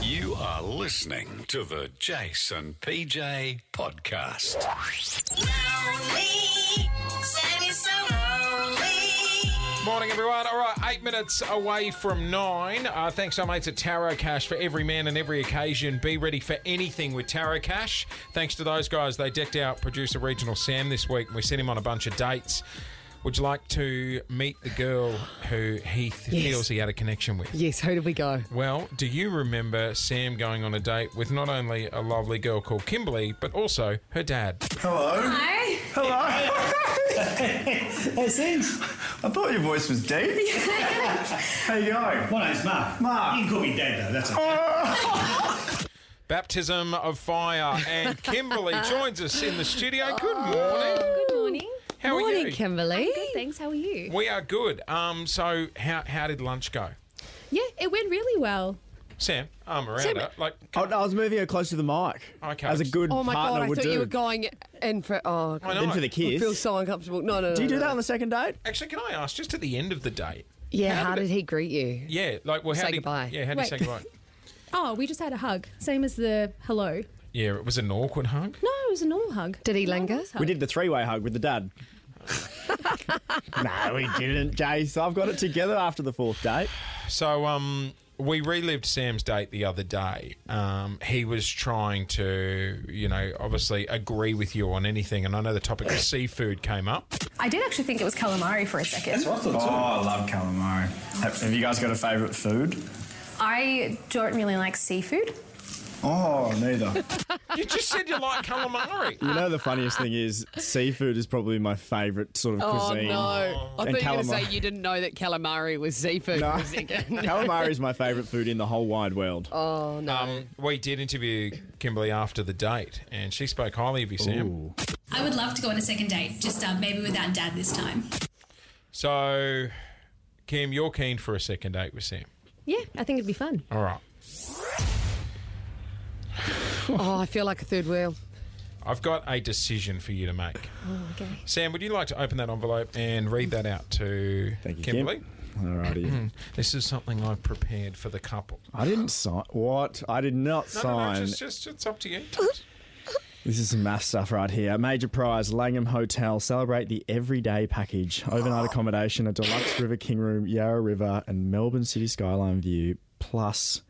You are listening to the Jason PJ podcast. Lonely, Sam is so lonely. Morning, everyone. All right, eight minutes away from nine. Uh, thanks, our mates at Tarot Cash, for every man and every occasion. Be ready for anything with Tarot Cash. Thanks to those guys. They decked out producer Regional Sam this week, and we sent him on a bunch of dates. Would you like to meet the girl who he th- feels he had a connection with? Yes, who did we go? Well, do you remember Sam going on a date with not only a lovely girl called Kimberly, but also her dad? Hey, Sins. I thought your voice was deep. How you going? My name's Mark. Mark. You can call me Dad, though. That's okay. Baptism of Fire. And Kimberly joins us in the studio. Good morning. Good morning. How are Morning, you? Kimberly. Good, thanks. How are you? We are good. Um, so how how did lunch go, Yeah, it went really well. Sam? Arm around Sam- it. Like, Oh, no, I was moving her close to the mic. Okay. As a good Oh my partner god, I would thought do. you were going in for. Oh, I god, know. Then for the I kiss. feel so uncomfortable. No, no, no. do you do that on the second date? Actually, can I ask? Just at the end of the date. Yeah, how, How did did he greet you? Yeah. Like, well, how Say did, goodbye. Yeah, how do you Wait. say goodbye? Oh, we just had a hug, same as the hello. Yeah, it was an awkward hug. No, it was a normal hug. Did he linger? Nice hug. We did the three way hug with the dad. no, we didn't, Jace. I've got it together after the fourth date. So, um, we relived Sam's date the other day. Um, he was trying to, you know, obviously agree with you on anything, and I know the topic of seafood came up. I did actually think it was calamari for a second. Oh, I love calamari. Have, have you guys got a favourite food? I don't really like seafood. Oh, neither. You just said you like calamari. You know, the funniest thing is, seafood is probably my favourite sort of cuisine. Oh, Oh. I thought And you were going to say calamari. you didn't know that calamari was seafood. No. for a second. Calamari is my favourite food in the whole wide world. Oh no. Um, we did interview Kimberly after the date, and she spoke highly of you, Sam. I would love to go on a second date, just uh, maybe without dad this time. So, Kim, you're keen for a second date with Sam. Yeah, I think it'd be fun. All right. oh, I feel like a third wheel. I've got a decision for you to make. Oh, Okay. Sam, would you like to open that envelope and read that out to Thank you, Kimberly? Kim. Alrighty. This is something I've prepared for the couple. I didn't sign. What? I did not No, sign. no, no, just, just, it's up to you. This is some math stuff right here. Major prize, Langham Hotel. Celebrate the everyday package. Overnight accommodation, a deluxe River King room, Yarra River, and Melbourne City skyline view. Plus,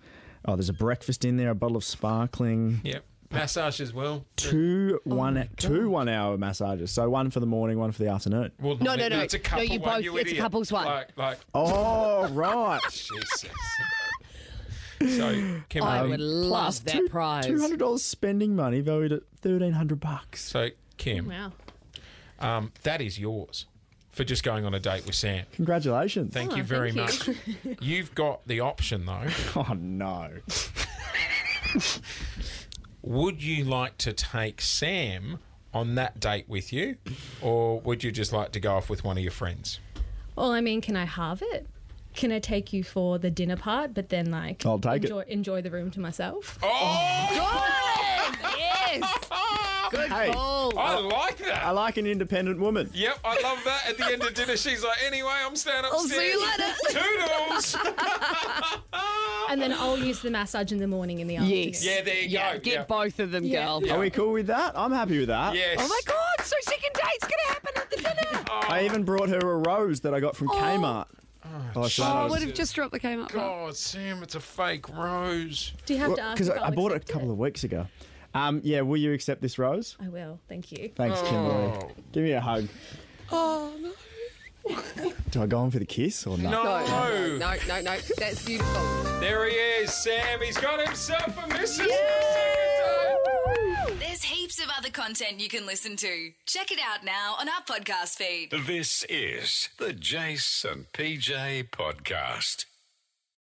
oh, there's a breakfast in there, a bottle of sparkling, yep. Massage as well. two one two one hour massages. So one for the morning, one for the afternoon. Well, No, no, no. It's a No, couple you one, both- you it's a idiot. couple's one. Like, like Oh, right. Jesus. so, um, Kimberly. I would love that two- prize. Two hundred dollars spending money valued at thirteen hundred bucks. so, Kim, Wow. um, that is yours for just going on a date with Sam. Congratulations. Oh, Thank you very much. You've got the option though. Oh no. Would you like to take Sam on that date with you, or would you just like to go off with one of your friends? Well, I mean, can I halve it? Can I take you for the dinner part, but then like I'll take it. enjoy, enjoy the room to myself? Oh, yes. Good Hey. call. I like that. I like an independent woman. Yep, I love that. At the end of dinner, she's like, "Anyway, I'm staying upstairs." I'll see Oh, you later. Toodles. And then I'll use the massage in the morning in the afternoon. Yes. Yeah, there you yeah, go. Get Yeah. both of them, girl. Are we cool with that? I'm happy with that. yes. Oh my god, so second date's going to happen at the dinner. I even brought her a rose that I got from Kmart. Oh, Oh, I sorry. would have just dropped the came up. God, Sam, it's a fake rose. Do you have to ask? Because if I, I I'll bought it a accept couple of weeks ago. Um, yeah, will you accept this rose? I will. Thank you. Thanks, Kimberly. Give me a hug. Oh no. Do I go on for the kiss or not? No. No, no, no, no. That's beautiful. There he is, Sam. He's got himself a missus. There's heaps of other content you can listen to. Check it out now on our podcast feed. This is the Jason PJ podcast.